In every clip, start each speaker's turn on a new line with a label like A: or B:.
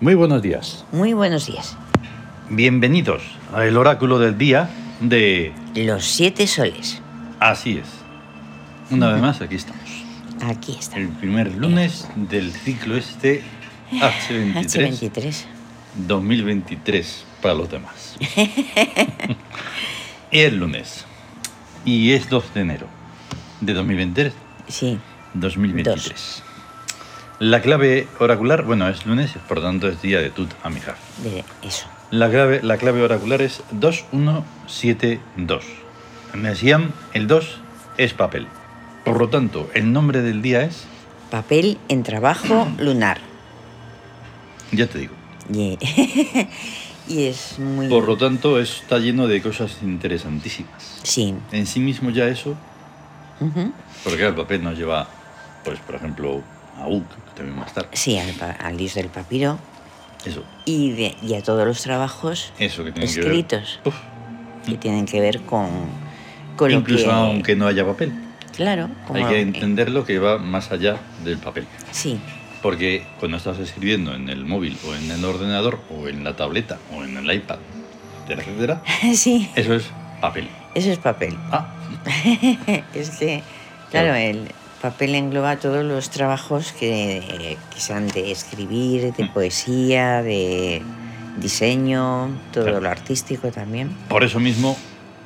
A: Muy buenos días.
B: Muy buenos días.
A: Bienvenidos al oráculo del día de...
B: Los siete soles.
A: Así es. Una vez más, aquí estamos.
B: Aquí está.
A: El primer lunes del ciclo este
B: Ah,
A: H23
B: H23.
A: 2023 para los demás. es lunes. Y es 2 de enero de 2023.
B: Sí.
A: 2023. La clave oracular, bueno, es lunes, por tanto es día de Tut Amihaf.
B: de eso.
A: La clave, la clave oracular es 2172. En el Siam, el 2 es papel. Por lo tanto, el nombre del día es,
B: Papel en trabajo lunar.
A: ya te digo,
B: Y, y es muy.
A: por lo tanto es- está lleno de cosas interesantísimas.
B: Sí.
A: En sí mismo ya eso,
B: Ujú.
A: porque el papel nos lleva, pues por ejemplo, a Uk, que también va a estar.
B: Sí, al, pa- al liso del papiro
A: Eso,
B: y, de- y a todos los trabajos
A: eso que tiene
B: escritos
A: que ver. Uf,
B: que tienen que ver con, con lo
A: incluso
B: que.
A: aunque no haya papel,
B: Claro,
A: hay
B: como-
A: que entenderlo que va más allá del papel.
B: Sí,
A: Porque cuando estás escribiendo en el móvil o en el ordenador o en la tableta o en el iPad, etcétera, etcétera,
B: sí,
A: eso es papel.
B: eso es papel.
A: Ah,
B: Es que,
A: Claro.
B: claro, el papel engloba todos los trabajos que, que sean de escribir, de
A: Mm.
B: poesía, de diseño, todo
A: Claro.
B: lo artístico también.
A: por eso mismo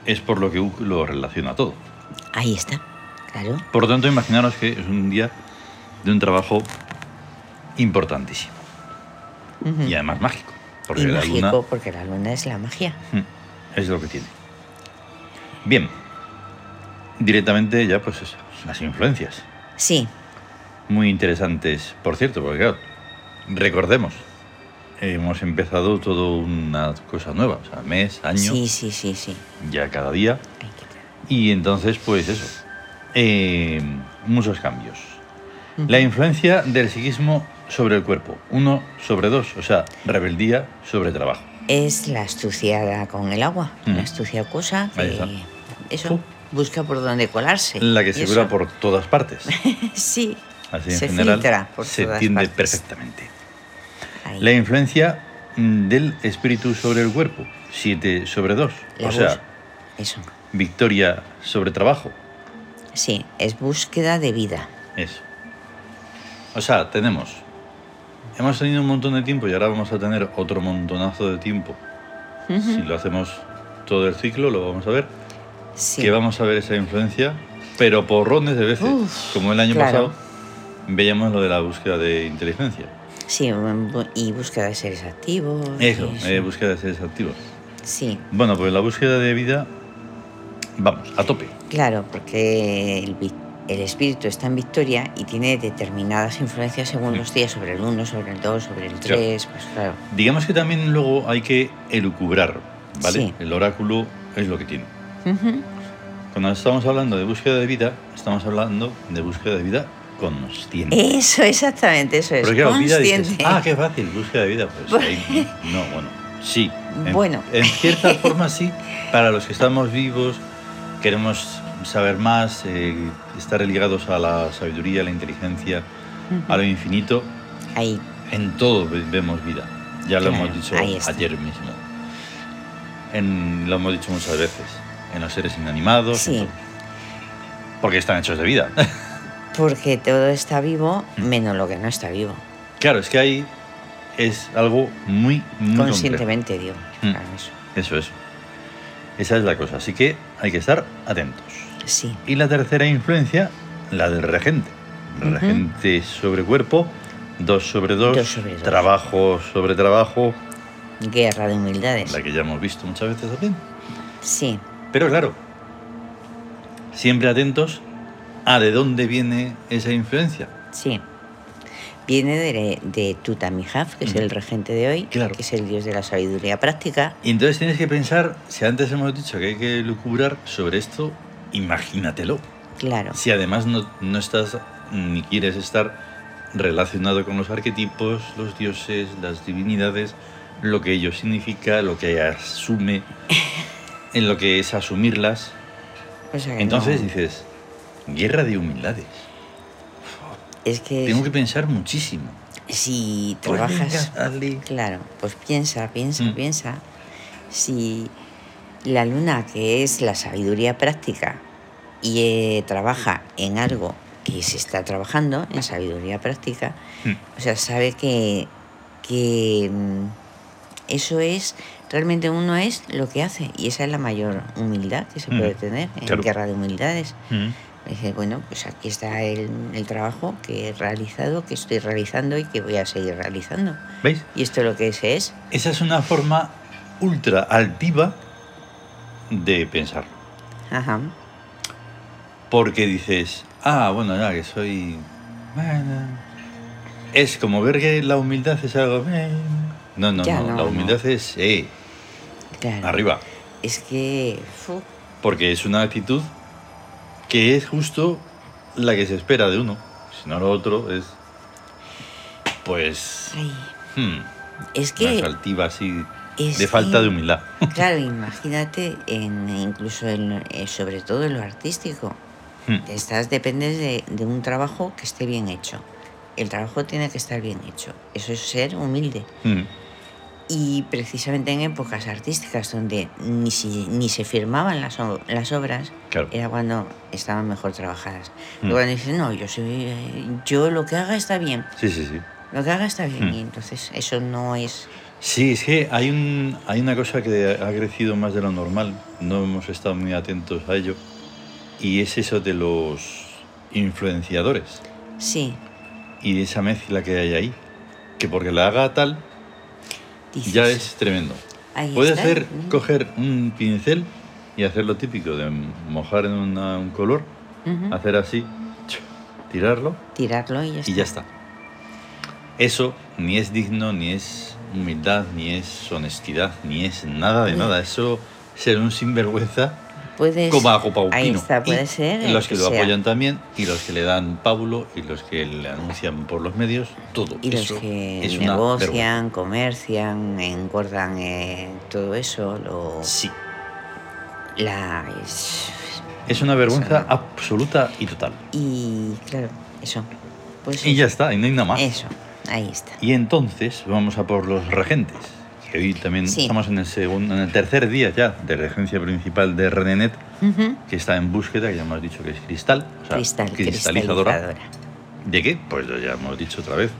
A: es por lo que Uc lo relaciona todo.
B: Ahí está, claro.
A: Por lo tanto, imaginaros que es un día de un trabajo importantísimo
B: Ujú.
A: y además mágico. Porque
B: Mm. y
A: la
B: mágico,
A: luna
B: porque la luna es la magia.
A: mm, es lo que tiene. Bien, directamente ya pues eso, las influencias.
B: Sí,
A: muy interesantes, por cierto, porque claro, recordemos, hemos empezado toda una cosa nueva, o sea, mes, año,
B: sí, sí, sí, sí.
A: ya cada día,
B: Hay que tra-
A: y entonces pues eso, eh, muchos cambios.
B: Ujú.
A: La influencia del psiquismo sobre el cuerpo, uno sobre dos, o sea, rebeldía sobre trabajo.
B: Es la astuciada con el agua,
A: Mm.
B: la astucia cosa
A: Ahí está.
B: que eso
A: Uh.
B: busca por dónde colarse.
A: La que
B: Y
A: se
B: eso-
A: cura por todas partes.
B: sí,
A: Así en
B: se
A: general
B: filtra por
A: se
B: todas
A: entiende
B: partes.
A: perfectamente.
B: Ahí.
A: La influencia mm, del espíritu sobre el cuerpo, 7 sobre 2.
B: La
A: o sea,
B: bus- eso.
A: victoria sobre trabajo.
B: Sí, es búsqueda de vida.
A: Eso. O sea, tenemos. Hemos tenido un montón de tiempo y ahora vamos a tener otro montonazo de tiempo. Si lo hacemos todo el ciclo, lo vamos a ver.
B: Sí.
A: Que vamos a ver esa influencia, pero porrones de veces.
B: Uf,
A: como el año
B: claro.
A: pasado, veíamos lo de la búsqueda de inteligencia.
B: Sí, bu- y búsqueda de seres activos. y
A: Eso, eh, búsqueda de seres activos.
B: Sí,
A: Bueno, pues la búsqueda de vida, vamos, a tope.
B: claro, porque el, vi- el espíritu está en victoria y tiene determinadas influencias según los días, sobre el 1, sobre el 2, sobre el 3, pues claro.
A: Digamos que también luego hay que elucubrar, ¿vale?
B: Sí.
A: El oráculo es lo que tiene.
B: Ujú.
A: Cuando estamos hablando de búsqueda de vida, estamos hablando de búsqueda de vida consciente.
B: Eso, exactamente, eso es.
A: Porque claro, vida
B: consciente.
A: dices, ah, qué fácil, búsqueda de vida. Pues ahí, no, bueno, sí. En,
B: Bueno.
A: En cierta forma sí, para los que estamos vivos, queremos saber más, eh, estar ligados a la sabiduría, a la inteligencia, a lo infinito,
B: Ahí,
A: en todo ve- vemos vida. Ya lo
B: Claro,
A: hemos dicho
B: ahí está.
A: ayer mismo. En- lo hemos dicho muchas veces. En los seres inanimados.
B: Sí.
A: en todo. Porque están hechos de vida.
B: porque todo está vivo
A: Mm.
B: menos lo que no está vivo.
A: claro, es que ahí es algo muy, muy complejo.
B: Conscientemente, digo.
A: Mm.
B: claro, eso.
A: Eso es. Esa es la cosa. Así que hay que estar atentos.
B: Sí,
A: Y la tercera influencia, la del regente.
B: Ujú.
A: Regente sobre cuerpo, dos sobre dos,
B: Dos sobre dos.
A: trabajo sobre trabajo,
B: guerra de humildades.
A: la que ya hemos visto muchas veces también.
B: Sí,
A: Pero claro, siempre atentos a de dónde viene esa influencia.
B: Sí. Viene de, de Tutamihaf, que es
A: Ujú.
B: el regente de hoy,
A: Claro.
B: que es el dios de la sabiduría práctica.
A: Y entonces tienes que pensar, si antes hemos dicho que hay que lucubrar sobre esto, imagínatelo.
B: Claro,
A: Si además no, no estás ni quieres estar relacionado con los arquetipos, los dioses, las divinidades, lo que ello significa, lo que asume, en lo que es asumirlas.
B: o sea que
A: Entonces
B: no-
A: dices, guerra de humildades.
B: es que,
A: Tengo que pensar muchísimo.
B: si
A: Pues
B: trabajas...
A: venga, hazle.
B: Claro, pues piensa, piensa,
A: Mm.
B: piensa. Si la luna, que es la sabiduría práctica, y eh, trabaja en algo que se está trabajando, en sabiduría práctica,
A: Mm.
B: o sea, sabe que, que mm, eso es, realmente uno es lo que hace, y esa es la mayor humildad que se
A: Mm.
B: puede tener en
A: Claro.
B: guerra de humildades.
A: Mm.
B: Dice, bueno, pues aquí está el, el trabajo que he realizado, que estoy realizando y que voy a seguir realizando.
A: ¿Veis?
B: Y esto lo que es es,
A: Esa es una forma ultra altiva de pensar.
B: ajá,
A: Porque dices, ah, bueno, ya que soy. bueno". Es como ver que la humildad es algo. "Eh". No, no,
B: Ya
A: no,
B: no,
A: La
B: no.
A: humildad es, eh,
B: claro.
A: arriba.
B: Es que, fu,
A: Porque es una actitud que es justo la que se espera de uno. Si no, lo otro es. Pues.
B: ay,
A: hmm,
B: es
A: una
B: que,
A: altiva así.
B: es
A: De falta
B: que-
A: de humildad.
B: claro, imagínate, en, incluso en- eh, sobre todo en lo artístico,
A: Hmm,
B: estás dependes de, de un trabajo que esté bien hecho. El trabajo tiene que estar bien hecho. Eso es ser humilde.
A: hmm,
B: Y precisamente en épocas artísticas donde ni, si- ni se firmaban las, o- las obras,
A: Claro.
B: era cuando estaban mejor trabajadas.
A: Mm.
B: Luego cuando dicen, no, yo, soy, eh, yo lo que haga está bien,
A: Sí, sí, sí.
B: lo que haga está bien.
A: Mm.
B: Y entonces eso no es...
A: Sí, es que hay, un, hay una cosa que ha crecido más de lo normal, no hemos estado muy atentos a ello, y es eso de los influenciadores
B: Sí,
A: y de esa mezcla que hay ahí, que porque la haga tal
B: dices,
A: ya es tremendo.
B: ahí
A: Puede
B: está,
A: hacer,
B: ¿no?
A: coger un pincel y hacer lo típico de mojar en una- un color,
B: Ujú,
A: hacer así, tirarlo
B: Tirarlo y ya está.
A: y ya está. Eso ni es digno, ni es humildad, ni es honestidad, ni es nada de
B: Uy.
A: nada. Eso ser un sinvergüenza
B: Puedes,
A: como hago Paupino.
B: ahí está, puede
A: Y
B: ser el
A: Los que
B: que
A: lo
B: sea.
A: apoyan también, y los que le dan pábulo, y los que le anuncian por los medios, todo.
B: y los
A: eso
B: que
A: es una vergüenza.
B: negocian, comercian, engordan eh, todo eso, lo,
A: Sí,
B: la... es-
A: es una vergüenza
B: Eso no.
A: absoluta y total.
B: y claro, eso. Pues
A: Y
B: eso.
A: ya está, y no hay nada más.
B: Eso, ahí está.
A: Y entonces vamos a por los regentes. Que hoy también
B: Sí.
A: estamos en el, segundo, en el tercer día ya de regencia principal de Renenet.
B: Ujú.
A: que está en búsqueda, que ya hemos dicho que es cristal, o sea,
B: Cristal,
A: cristalizadora.
B: cristalizadora.
A: ¿De qué? Pues lo ya hemos dicho otra vez.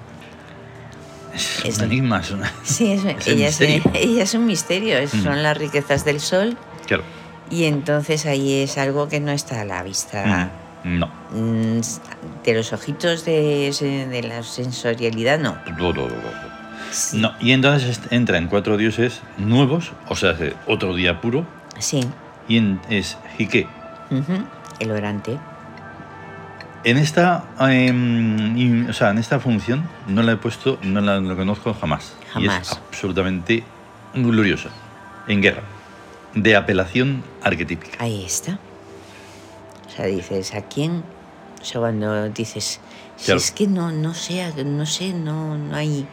A: Es,
B: Es-
A: un enigma, es una-
B: Sí, es,
A: Es un
B: ella, es,
A: misterio.
B: ella es un misterio, es-
A: Mm.
B: son las riquezas del sol
A: Claro.
B: y entonces ahí es algo que no está a la vista
A: Mm, No.
B: mm, s- de los ojitos de, de la sensorialidad, no.
A: No, no, no, no.
B: Sí,
A: No, y entonces est- entra en cuatro dioses nuevos, o sea, hace otro día puro,
B: Sí,
A: y en- es Jique.
B: ujú, el orante.
A: En esta, em, in- o sea, en esta función no la he puesto, no la, la conozco jamás. Y es
B: Jamás.
A: absolutamente gloriosa. En guerra. De apelación arquetípica.
B: Ahí está. O sea, dices, ¿a quién? O sea, cuando dices, si
A: Claro.
B: es que no, no sé, no sé, no, no hay,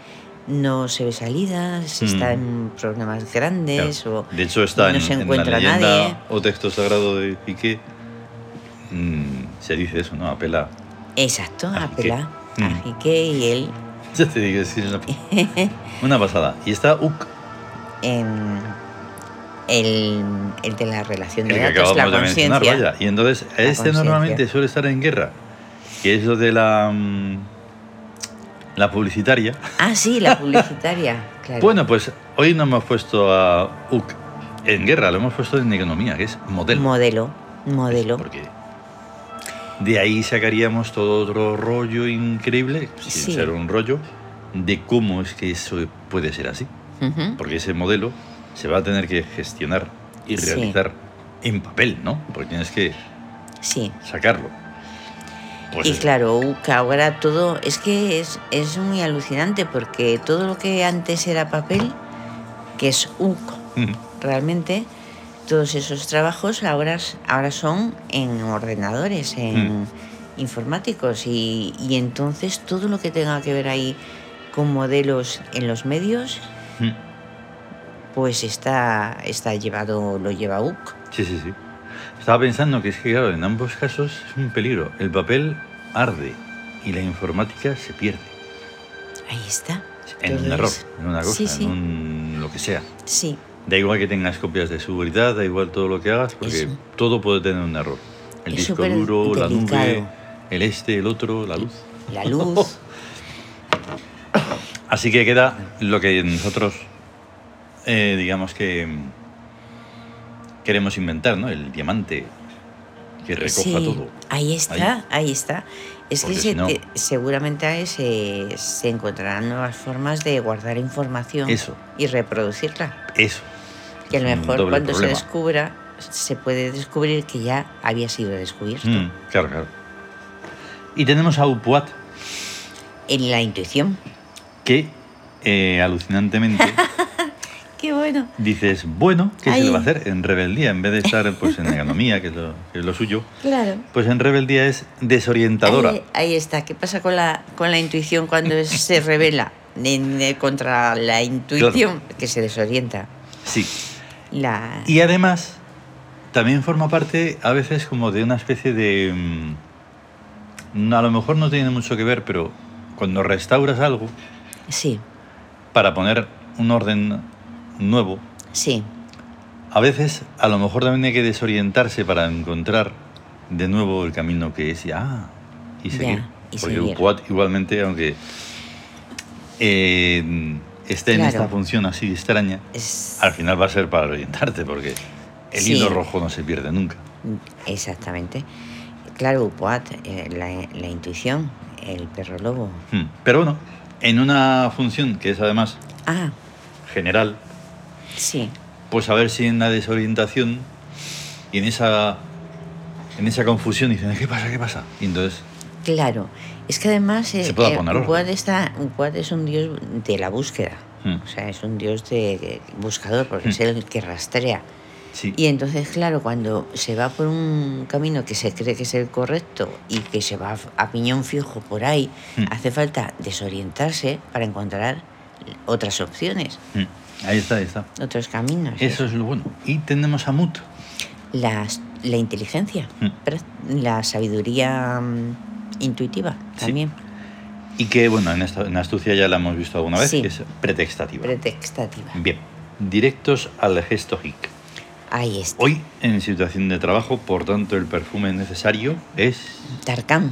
B: no se ve salida, se
A: Mm.
B: está en problemas
A: Claro.
B: grandes o...
A: de hecho está
B: no
A: en,
B: se
A: en la
B: encuentra
A: leyenda
B: nadie.
A: o texto sagrado de Piqué mm, se dice eso, ¿no? Apela.
B: Exacto,
A: A
B: apela
A: Jiqué.
B: a
A: Mm.
B: Jiqué y él
A: Ya te digo, es que es una, una pasada. Y está Uk,
B: em, el, el de la relación
A: el
B: de
A: que
B: datos, la
A: acabamos de mencionar,
B: conciencia.
A: vaya. Y entonces este
B: conciencia.
A: normalmente suele estar en guerra, que es lo de la mm, la publicitaria.
B: Ah, sí, la publicitaria, claro.
A: Bueno, pues hoy no hemos puesto a Uk en guerra, lo hemos puesto en economía, que es modelo.
B: modelo, modelo.
A: Porque de ahí sacaríamos todo otro rollo increíble, sin
B: Sí.
A: ser un rollo, de cómo es que eso puede ser así.
B: Ujú,
A: Porque ese modelo se va a tener que gestionar y
B: Sí.
A: realizar en papel, ¿no? Porque tienes que
B: Sí.
A: sacarlo. Pues
B: y
A: eso.
B: claro, uh, que ahora todo es que es, es muy alucinante porque todo lo que antes era papel, que es UC
A: Mm,
B: realmente, todos esos trabajos ahora, s- ahora son en ordenadores, en
A: Mm.
B: informáticos y, y entonces todo lo que tenga que ver ahí con modelos en los medios,
A: mm.
B: pues está, está llevado, lo lleva UC.
A: Sí, sí, sí. Estaba pensando que es que, claro, en ambos casos es un peligro. El papel arde y la informática se pierde.
B: Ahí está.
A: En
B: todo
A: un error,
B: eso.
A: en una cosa,
B: Sí, sí.
A: en un, lo que sea.
B: Sí,
A: Da igual que tengas copias de seguridad, da igual todo lo que hagas, porque
B: Eso.
A: todo puede tener un error. El
B: Es
A: disco
B: súper
A: duro, la nube,
B: delicado.
A: el este, el otro, la luz.
B: la luz.
A: Así que queda lo que nosotros, eh, digamos que mm, queremos inventar, ¿no? El diamante que recoja
B: Eh, Sí,
A: todo.
B: Ahí está, ahí, está. Es
A: Porque
B: que
A: si
B: se-
A: no-
B: te- seguramente ahí se, se encontrarán nuevas formas de guardar información
A: Eso.
B: y reproducirla.
A: Eso.
B: Que a lo
A: Es un
B: mejor
A: doble
B: cuando
A: problema.
B: se descubra, se puede descubrir que ya había sido descubierto.
A: Mm, claro, claro. Y tenemos a Upuat,
B: En la intuición.
A: que eh, alucinantemente
B: Qué bueno.
A: dices, bueno, ¿qué se
B: Ay.
A: le va a hacer? En rebeldía, en vez de estar pues, en economía, que es, lo, que es lo suyo,
B: Claro.
A: pues en rebeldía es desorientadora.
B: Ahí, ahí está. ¿Qué pasa con la, con la intuición cuando es- se revela en- eh, contra la intuición? Que se desorienta.
A: Sí.
B: La...
A: Y además, también forma parte a veces como de una especie de... mm, A lo mejor no tiene mucho que ver, pero cuando restauras algo
B: Sí,
A: para poner un orden nuevo,
B: sí.
A: a veces a lo mejor también hay que desorientarse para encontrar de nuevo el camino que es ya y
B: Ya,
A: seguir.
B: y
A: Porque
B: seguir.
A: Upuat igualmente, aunque eh, esté en
B: Claro.
A: esta función así extraña,
B: Es...
A: al final va a ser para orientarte, porque el
B: Sí.
A: hilo rojo no se pierde nunca.
B: Exactamente. Claro, Upuat, eh, la, la intuición, el perro lobo.
A: Hmm. Pero bueno, en una función que es además
B: Ah,
A: general,
B: sí,
A: pues a ver si en la desorientación y en esa, en esa confusión dicen, ¿qué pasa? ¿Qué pasa? Y entonces,
B: claro. Es que además eh,
A: Se puede
B: eh,
A: poner orden.
B: Upuat está, Upuat es un dios de la búsqueda.
A: Hmm.
B: O sea, es un dios de, de buscador, porque
A: Hmm.
B: es el que rastrea.
A: sí,
B: Y entonces, claro, cuando se va por un camino que se cree que es el correcto y que se va a piñón fijo por ahí,
A: Hmm.
B: hace falta desorientarse para encontrar otras opciones,
A: hmm. ahí está, ahí está.
B: otros caminos.
A: Eso es lo bueno. Y tenemos a Mut.
B: la, la inteligencia,
A: Mm.
B: prac- la sabiduría mm, intuitiva
A: Sí.
B: también,
A: Y que, bueno, en, esta- en astucia ya la hemos visto alguna vez,
B: Sí.
A: que es pretextativa.
B: pretextativa.
A: Bien, directos al gesto hic.
B: Ahí está.
A: Hoy, en situación de trabajo, por tanto, el perfume necesario es...
B: Tarkan,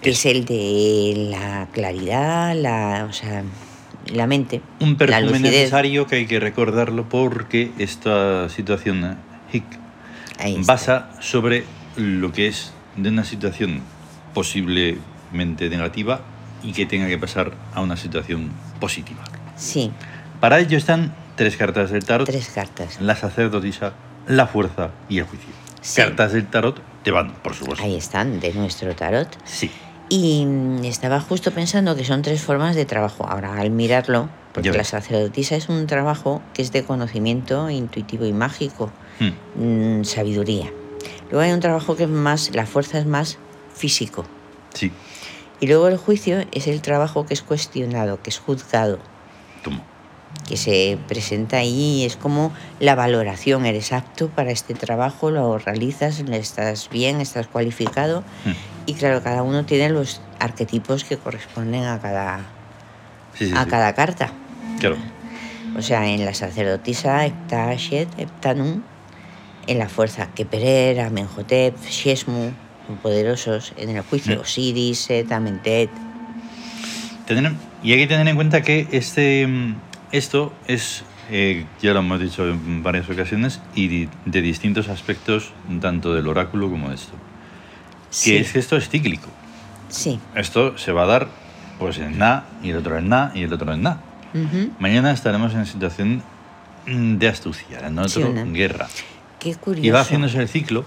B: que es el de la claridad, la, o sea, la mente,
A: Un
B: la
A: perfume
B: lucidez.
A: necesario que hay que recordarlo porque esta situación eh, hic
B: Ahí está.
A: basa sobre lo que es de una situación posiblemente negativa y que tenga que pasar a una situación positiva.
B: Sí,
A: Para ello están tres cartas del tarot,
B: tres cartas.
A: la sacerdotisa, la fuerza y el juicio.
B: Sí.
A: Cartas del tarot te van, por supuesto.
B: Ahí están, de nuestro tarot.
A: Sí,
B: Y mm, estaba justo pensando que son tres formas de trabajo. Ahora, al mirarlo, porque
A: Ya
B: la
A: ves.
B: sacerdotisa es un trabajo que es de conocimiento intuitivo y mágico.
A: Hmm,
B: mm, sabiduría. Luego hay un trabajo que es más, la fuerza es más físico.
A: sí,
B: Y luego el juicio es el trabajo que es cuestionado, que es juzgado,
A: tomo.
B: que se presenta ahí, es como la valoración, eres apto para este trabajo, lo realizas, estás bien, estás cualificado.
A: Hmm,
B: Y claro, cada uno tiene los arquetipos que corresponden a cada,
A: Sí, sí,
B: a
A: sí.
B: cada carta.
A: Claro.
B: O sea, en la sacerdotisa está Shet, Heptanum, en la fuerza Keperer, Amenhotep, Shesmu, son poderosos, en el
A: Mm.
B: juicio Osiris, Set, Amentet.
A: Tener- y hay que tener en cuenta que este, mm, esto es, eh, ya lo hemos dicho en varias ocasiones, y di- de distintos aspectos, tanto del oráculo como de esto.
B: Sí,
A: Que es que esto es cíclico.
B: sí.
A: Esto se va a dar pues en na, y el otro en na, y el otro en na.
B: Ujú.
A: Mañana estaremos en situación mm, de astucia, en otro
B: Sí, una-
A: guerra.
B: Qué
A: Y va
B: curioso.
A: haciéndose el ciclo,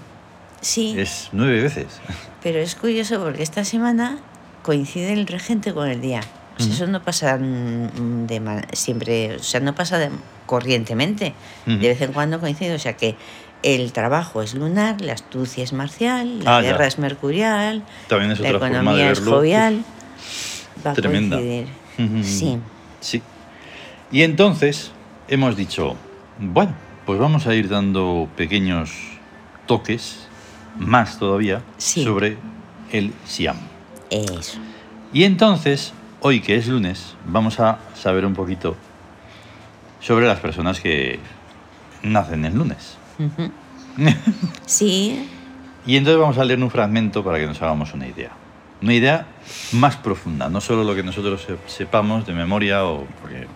B: Sí,
A: es nueve veces.
B: pero es curioso porque esta semana coincide el regente con el día. O sea,
A: Ujú.
B: Eso no pasa mm, de ma- siempre, o sea, no pasa de- corrientemente.
A: Ujú.
B: De vez en cuando coincide, o sea que el trabajo es lunar, la astucia es marcial,
A: Ah,
B: la
A: ya.
B: guerra es mercurial,
A: También es
B: la
A: otra forma de
B: economía es
A: verlo.
B: jovial. Va a
A: tremenda.
B: coincidir.
A: Ujú.
B: Sí,
A: Sí. Y entonces hemos dicho, bueno, pues vamos a ir dando pequeños toques, más todavía,
B: Sí.
A: sobre el Siam.
B: eso.
A: Y entonces Hoy que es lunes, vamos a saber un poquito sobre las personas que nacen el lunes.
B: Ujú. Sí,
A: Y entonces vamos a leer un fragmento para que nos hagamos una idea. Una idea más profunda, no solo lo que nosotros se- sepamos de memoria o porque,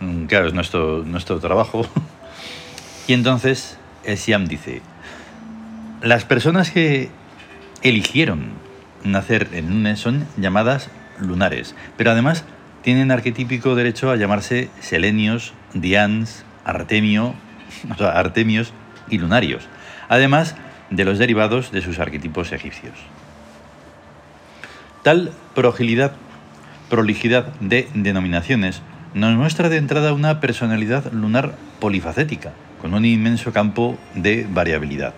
A: mm, claro, es nuestro, nuestro trabajo. Y entonces el Siam dice, las personas que eligieron nacer en lunes son llamadas lunares, pero además tienen arquetípico derecho a llamarse selenios, dians, artemio, o sea, artemios y lunarios, además de los derivados de sus arquetipos egipcios. Tal prolijidad, prolijidad de denominaciones nos muestra de entrada una personalidad lunar polifacética, con un inmenso campo de variabilidad,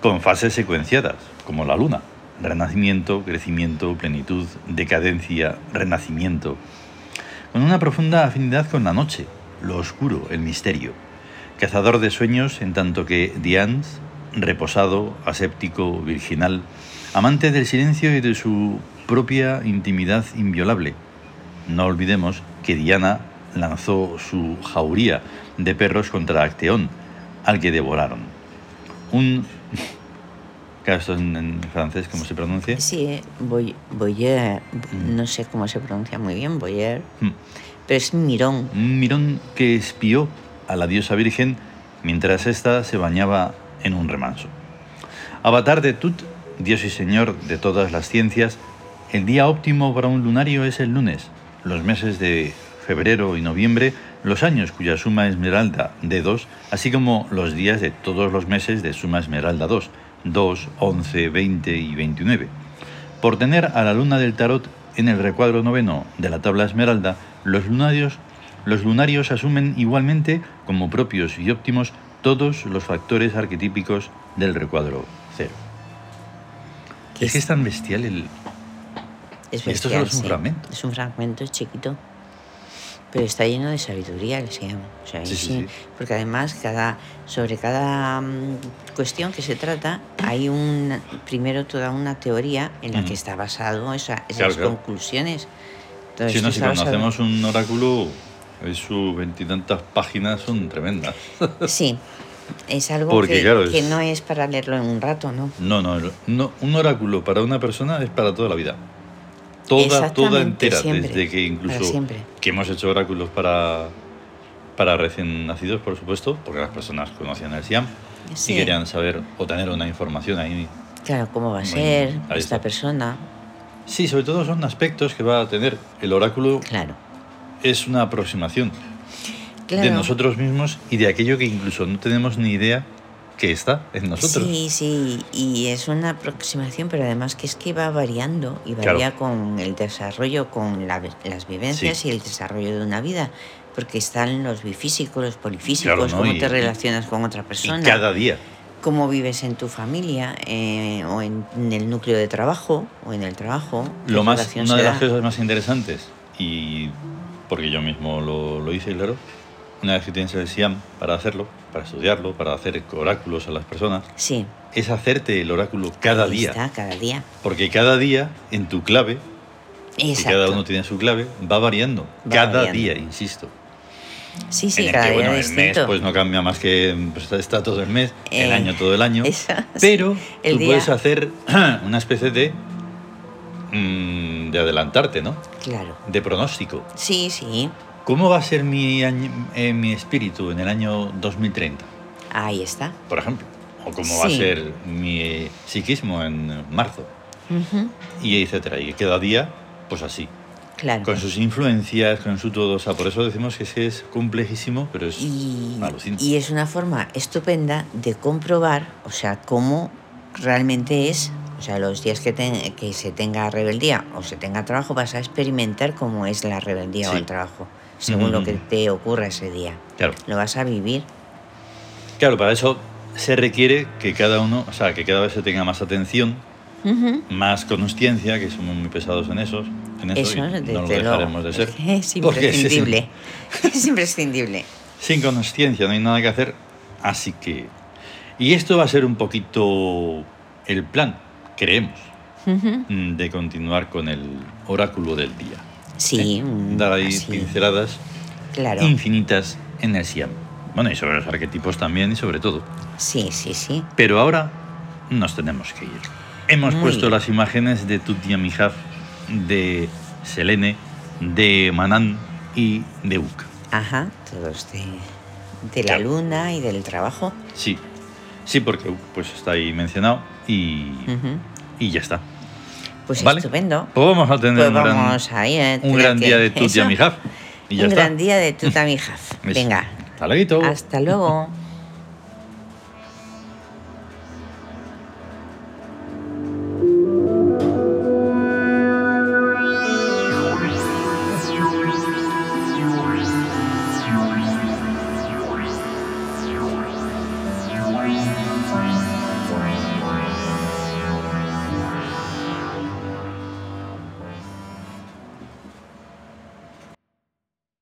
A: con fases secuenciadas, como la luna, renacimiento, crecimiento, plenitud, decadencia, renacimiento, con una profunda afinidad con la noche, lo oscuro, el misterio, cazador de sueños en tanto que Dians, reposado, aséptico, virginal, amante del silencio y de su propia intimidad inviolable. No olvidemos que Diana lanzó su jauría de perros contra Acteón, al que devoraron. Un... Claro, esto es en, en francés, ¿cómo se pronuncia?
B: sí, Boy- Boyer, no sé cómo se pronuncia muy bien, Boyer,
A: Hmm.
B: pero es Mirón.
A: un mirón que espió a la diosa virgen mientras ésta se bañaba en un remanso. Avatar de Tut, dios y señor de todas las ciencias, el día óptimo para un lunario es el lunes, los meses de febrero y noviembre, los años cuya suma esmeralda de 2, así como los días de todos los meses de suma esmeralda 2, 2, 11, 20 y 29. Por tener a la luna del tarot en el recuadro noveno de la tabla esmeralda, los lunarios, los lunarios asumen igualmente como propios y óptimos todos los factores arquetípicos del recuadro cero.
B: que
A: Es que es tan bestial el...
B: es
A: esto solo es un
B: sí.
A: fragmento.
B: Es un fragmento chiquito, pero está lleno de sabiduría, que se llama. O sea,
A: Sí,
B: y
A: sí,
B: sí,
A: sí.
B: Porque además cada, sobre cada mm, cuestión que se trata hay un, primero toda una teoría en la
A: Ujú.
B: que está basado esa- esas
A: Claro, claro.
B: conclusiones. Todo
A: Si
B: esto
A: no, si
B: está
A: cuando
B: basado-
A: hacemos un oráculo, es sus veintitantas páginas son tremendas.
B: Sí, es algo
A: Porque,
B: que,
A: claro,
B: que
A: es-
B: no es para leerlo en un rato, ¿no?
A: No, no, no, un oráculo para una persona es para toda la vida. Toda, toda
B: Exactamente,
A: entera,
B: siempre,
A: desde que incluso
B: para siempre.
A: que hemos hecho oráculos para, para recién nacidos, por supuesto, porque las personas conocían el SIAM
B: Sí.
A: y querían saber o tener una información ahí.
B: Claro, cómo va a
A: Muy
B: ser
A: bien, ahí
B: esta
A: está.
B: persona.
A: Sí, sobre todo son aspectos que va a tener. El oráculo
B: Claro.
A: es una aproximación de
B: Claro.
A: nosotros mismos y de aquello que incluso no tenemos ni idea que está en nosotros.
B: Sí, sí, y es una aproximación, pero además que es que va variando y
A: Claro.
B: varía con el desarrollo, con la- las vivencias
A: Sí.
B: y el desarrollo de una vida, porque están los bifísicos, los polifísicos,
A: Claro, ¿no?
B: cómo
A: Y-
B: te
A: y-
B: relacionas con otra
A: y
B: persona,
A: cada día.
B: cómo vives en tu familia eh, o en, en el núcleo de trabajo o en el trabajo. qué
A: Lo más,
B: relación
A: una de
B: se
A: las
B: da.
A: cosas más interesantes, y porque yo mismo lo, lo hice, claro, una vez que tienes el SIAM para hacerlo, para estudiarlo, para hacer oráculos a las personas,
B: Sí,
A: es hacerte el oráculo cada
B: ahí
A: día.
B: Está, cada día.
A: Porque cada día, en tu clave, que
B: Exacto.
A: cada uno tiene su clave, va variando.
B: Va
A: cada
B: variando.
A: día, insisto.
B: Sí,
A: en
B: sí,
A: el
B: cada
A: que,
B: día
A: bueno, el mes
B: distinto.
A: pues no cambia más que pues, está- está todo el mes, el
B: Eh,
A: año todo el año.
B: eso, sí.
A: pero
B: El
A: tú
B: día-
A: puedes hacer una especie de, mm, de adelantarte, ¿no?
B: Claro.
A: De pronóstico.
B: Sí, sí.
A: ¿Cómo va a ser mi, año- eh, mi espíritu en el año 2030,
B: Ahí está.
A: por ejemplo? ¿O cómo va a
B: Sí.
A: ser mi eh, psiquismo en marzo?
B: Ujú,
A: Y etcétera. Y cada día, pues así.
B: Claro.
A: Con sus influencias, con su todo. O sea, por eso decimos que es, que es complejísimo, pero es
B: Y,
A: alucinante.
B: y es una forma estupenda de comprobar, o sea, cómo realmente es, o sea, los días que, ten- que se tenga rebeldía o se tenga trabajo, vas a experimentar cómo es la rebeldía o
A: Sí.
B: el trabajo, según lo que
A: Mm.
B: te ocurra ese día.
A: Claro.
B: Lo vas a vivir.
A: Claro, para eso se requiere que cada uno, o sea, que cada vez se tenga más atención,
B: Ujú.
A: más consciencia, que somos muy pesados en esos. En eso,
B: Eso,
A: y
B: desde
A: no lo
B: luego.
A: dejaremos de ser.
B: Es, que es
A: Porque es-
B: imprescindible. es imprescindible.
A: Sin consciencia no hay nada que hacer, así que... Y esto va a ser un poquito el plan, creemos,
B: Ujú.
A: Mm-hmm. mm, de continuar con el oráculo del día.
B: Sí,
A: ¿eh?
B: un-
A: Dar ahí
B: así.
A: pinceladas
B: Claro.
A: infinitas en el Siam. Bueno, y sobre los arquetipos también y sobre todo.
B: Sí, sí, sí.
A: Pero ahora nos tenemos que ir. Hemos
B: Muy
A: puesto
B: bien.
A: las imágenes de Tutia Mijaf, de Selene, de Manan y de Uca.
B: Ajá, todos de, de la
A: Claro.
B: luna y del trabajo.
A: Sí, sí, porque Uca, pues está ahí mencionado y,
B: Ujú.
A: y ya está.
B: Mm. Pues
A: Vale.
B: estupendo.
A: Pues vamos a tener
B: Pues
A: un gran,
B: vamos ahí, eh,
A: un
B: tela
A: gran
B: que-
A: día de
B: eso.
A: Tutia Mijaf. Y ya
B: Un
A: está.
B: gran día de Tutamijaf.
A: Eso.
B: Venga,
A: Hasta luego.
B: hasta luego.